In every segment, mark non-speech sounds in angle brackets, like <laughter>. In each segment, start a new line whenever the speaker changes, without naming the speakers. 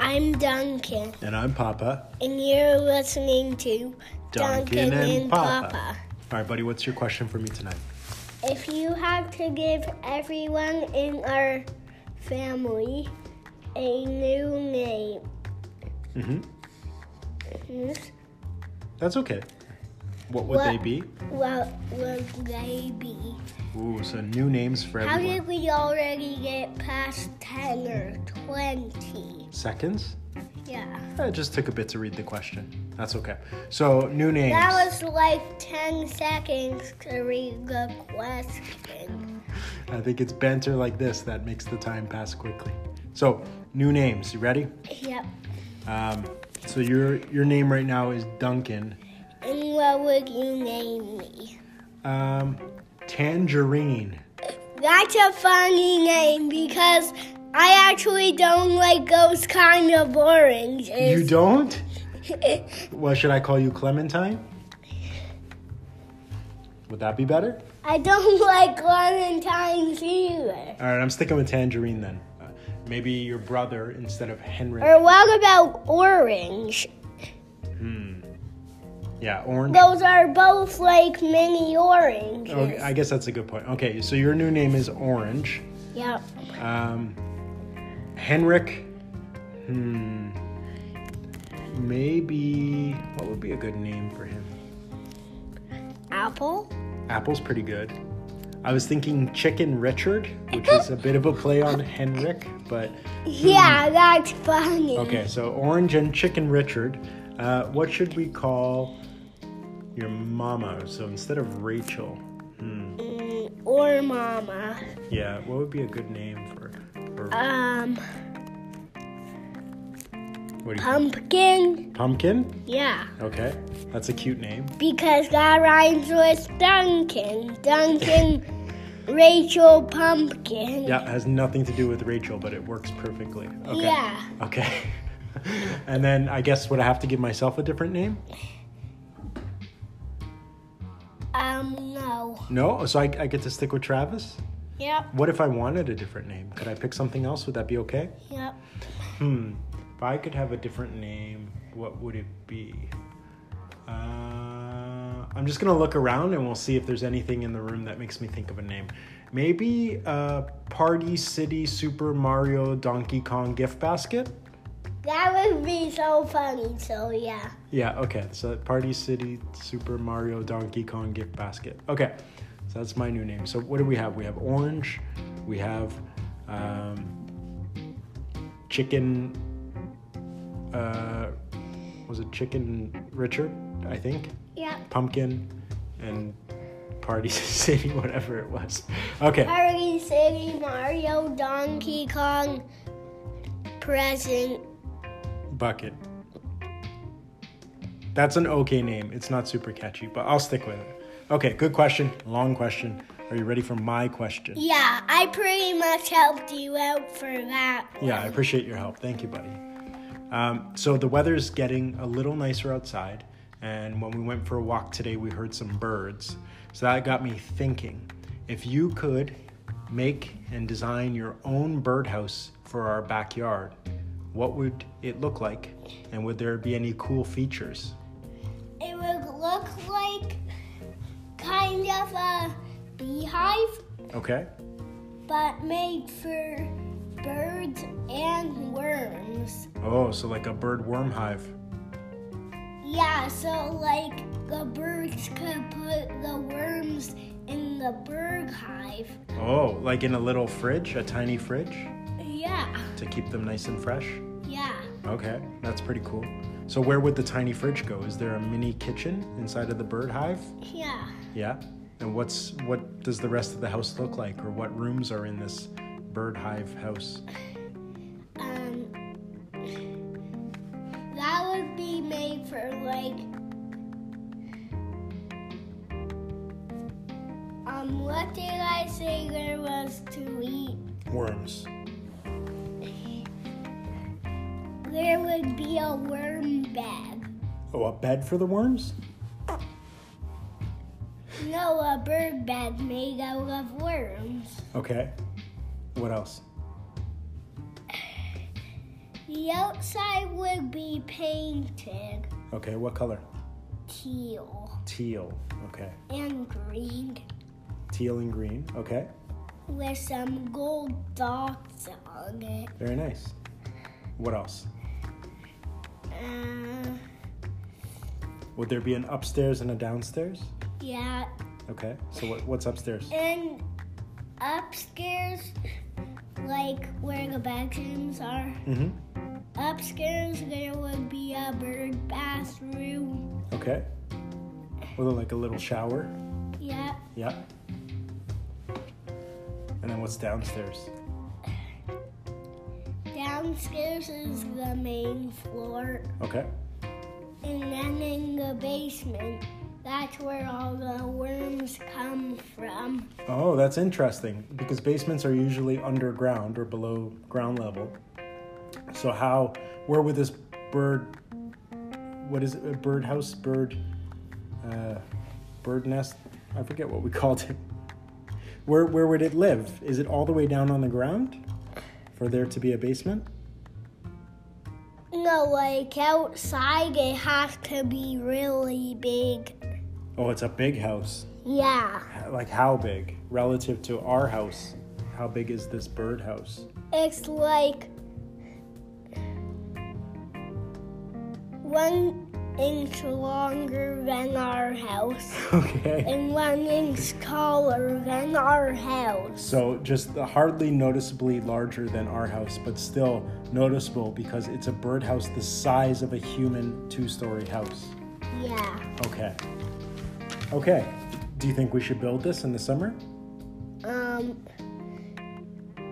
I'm Duncan,
And I'm Papa.
and you're listening to Duncan, and, Papa.
All right, buddy, what's your question for me tonight?
If you had to give everyone in our family a new name,
hmm
whose-
That's okay. What would
What?
they be?
what would they be?
Ooh, so new names for
How
everyone.
did we already get past 10 or 20?
Seconds?
Yeah.
I just took a bit to read the question. That's okay. So, new names.
That was like 10 seconds to read the question.
I think it's banter like this that makes the time pass quickly. So, new names. You ready?
Yep.
Um, so your your name right now is Duncan.
And what would you name me?
Um, tangerine.
That's a funny name because I actually don't like those kind of oranges.
You don't?
don't?
Well, should I call you Clementine? Would that be better?
<laughs> I don't like Valentine's either.
All right, I'm sticking with tangerine then. Uh, maybe your brother instead of Henry.
Or what about orange?
Hmm. Yeah, orange.
Those are both like mini oranges.
Okay, I guess that's a good point. Okay, so your new name is Orange.
Yep.
Um, Henrik. Hmm. Maybe what would be a good name for him?
Apple.
Apple's pretty good. I was thinking Chicken Richard, which is a bit of a play on Henrik, but
Yeah, that's funny.
Hmm. okay. So Orange and Chicken Richard. Uh, what should we call your mama? So instead of Rachel, hmm,
Mm, or mama.
yeah, what would be a good name for? for
Um,
what do you,
pumpkin.
pumpkin.
Yeah,
Okay, that's a cute name.
because that rhymes with Duncan. Duncan, Rachel, pumpkin.
Yeah, it has nothing to do with Rachel, but it works perfectly. Okay.
Yeah.
Okay. <laughs> and then I guess would I have to give myself a different name?
Um, no.
No. So I, I get to stick with Travis.
Yep.
What if I wanted a different name? Could I pick something else? Would that be okay?
Yep.
Hmm. If I could have a different name, what would it be? Uh, I'm just gonna look around and we'll see if there's anything in the room that makes me think of a name. Maybe uh, Party City Super Mario Donkey Kong gift basket.
That would be so funny. So yeah.
Yeah, okay. So Party City Super Mario Donkey Kong gift basket. Okay. So that's my new name. So what do we have? We have orange, we have um, chicken uh, was it chicken Richard, I think?
Yep.
Pumpkin and Party <laughs> City whatever it was. Okay.
Party City, Mario, Donkey Kong, present.
Bucket. That's an okay name. It's not super catchy, but I'll stick with it. Okay, good question. Long question. Are you ready for my question?
Yeah, I pretty much helped you out for that.
Yeah, I appreciate your help. Thank you, buddy. Um, so the weather's getting a little nicer outside, and when we went for a walk today, we heard some birds. So that got me thinking if you could make and design your own birdhouse for our backyard, what would it look like? And would there be any cool features?
It would look like kind of a beehive,
Okay.
but made for birds and worms.
Oh, so like a bird worm hive.
Yeah, so like the birds could put the worms in the bird hive.
Oh, like in a little fridge, a tiny fridge
Yeah,
to keep them nice and fresh.
yeah.
Okay, that's pretty cool. So where would the tiny fridge go? Is there a mini kitchen inside of the bird hive?
Yeah.
Yeah. And what's what does the rest of the house look like or what rooms are in this bird hive house?
Um that would be made for like um what did I say there was to eat?
Worms.
There would be a worm bag.
Oh, a bed for the worms?
No, a bird bag made out of worms.
Okay. What else?
The outside would be painted
Okay, what color?
teal
Teal. Okay.
and green
Teal and green. Okay.
with some gold dots on it.
Very nice. What else?
Uh,
Would there be an upstairs and a downstairs?
yeah,
Okay. So what, what's upstairs?
and upstairs, like where the bedrooms are,
Mm-hmm.
upstairs there would be a bird bathroom.
Okay. With like a little shower.
Yeah,
Yeah. And then what's downstairs?
downstairs is the main floor,
Okay.
and then in the basement, that's where all the worms come from.
Oh, that's interesting because basements are usually underground or below ground level. So how where would this bird what is it a bird house bird uh, bird nest? I forget what we <laughs> called it. Where where would it live? Is it all the way down on the ground for there to be a basement?
No, like outside, it has to be really big.
Oh, it's a big house.
Yeah.
Like how big relative to our house? How big is this bird house?
It's like one inch longer than our house
<laughs> Okay.
and one inch taller than our house.
So just hardly noticeably larger than our house, but still noticeable because it's a birdhouse the size of a human two-story house.
Yeah.
Okay. Okay. Do you think we should build this in the summer?
Um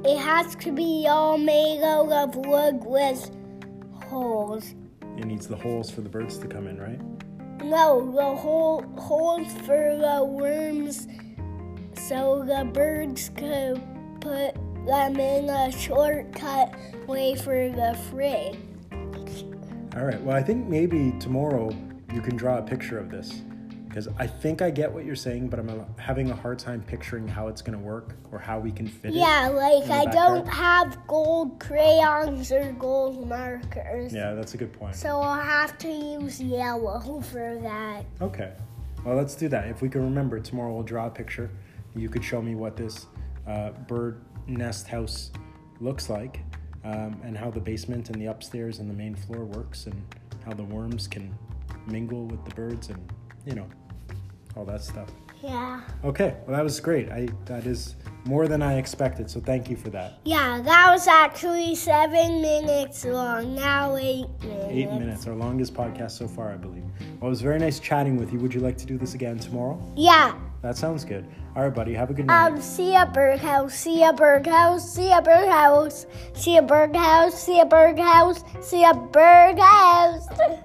it has to be all made out of wood with holes.
It needs the holes for the birds to come in, right?
No, the hole holes for the worms so the birds could put them in a shortcut way for the free.
All right. Well, I think maybe tomorrow you can draw a picture of this because I think I get what you're saying, but I'm having a hard time picturing how it's going to work or how we can fit it.
Yeah, like
the
I don't
backyard?
have gold crayons or gold markers.
Yeah, that's a good point.
So I'll have to use yellow for that.
Okay. Well, let's do that. If we can remember, tomorrow we'll draw a picture. You could show me what this uh, bird nest house looks like um, and how the basement and the upstairs and the main floor works and how the worms can mingle with the birds and, you know, all that stuff.
Yeah.
Okay. Well, that was great. I That is more than I expected. So thank you for that.
Yeah, that was actually seven minutes long. Now eight minutes.
Eight minutes, our longest podcast so far, I believe. Well, it was very nice chatting with you. Would you like to do this again tomorrow?
Yeah.
That sounds good. All right, buddy. Have a good night.
Um, see a birdhouse, see a birdhouse, see a birdhouse, <laughs> see a birdhouse, see a birdhouse, see a birdhouse.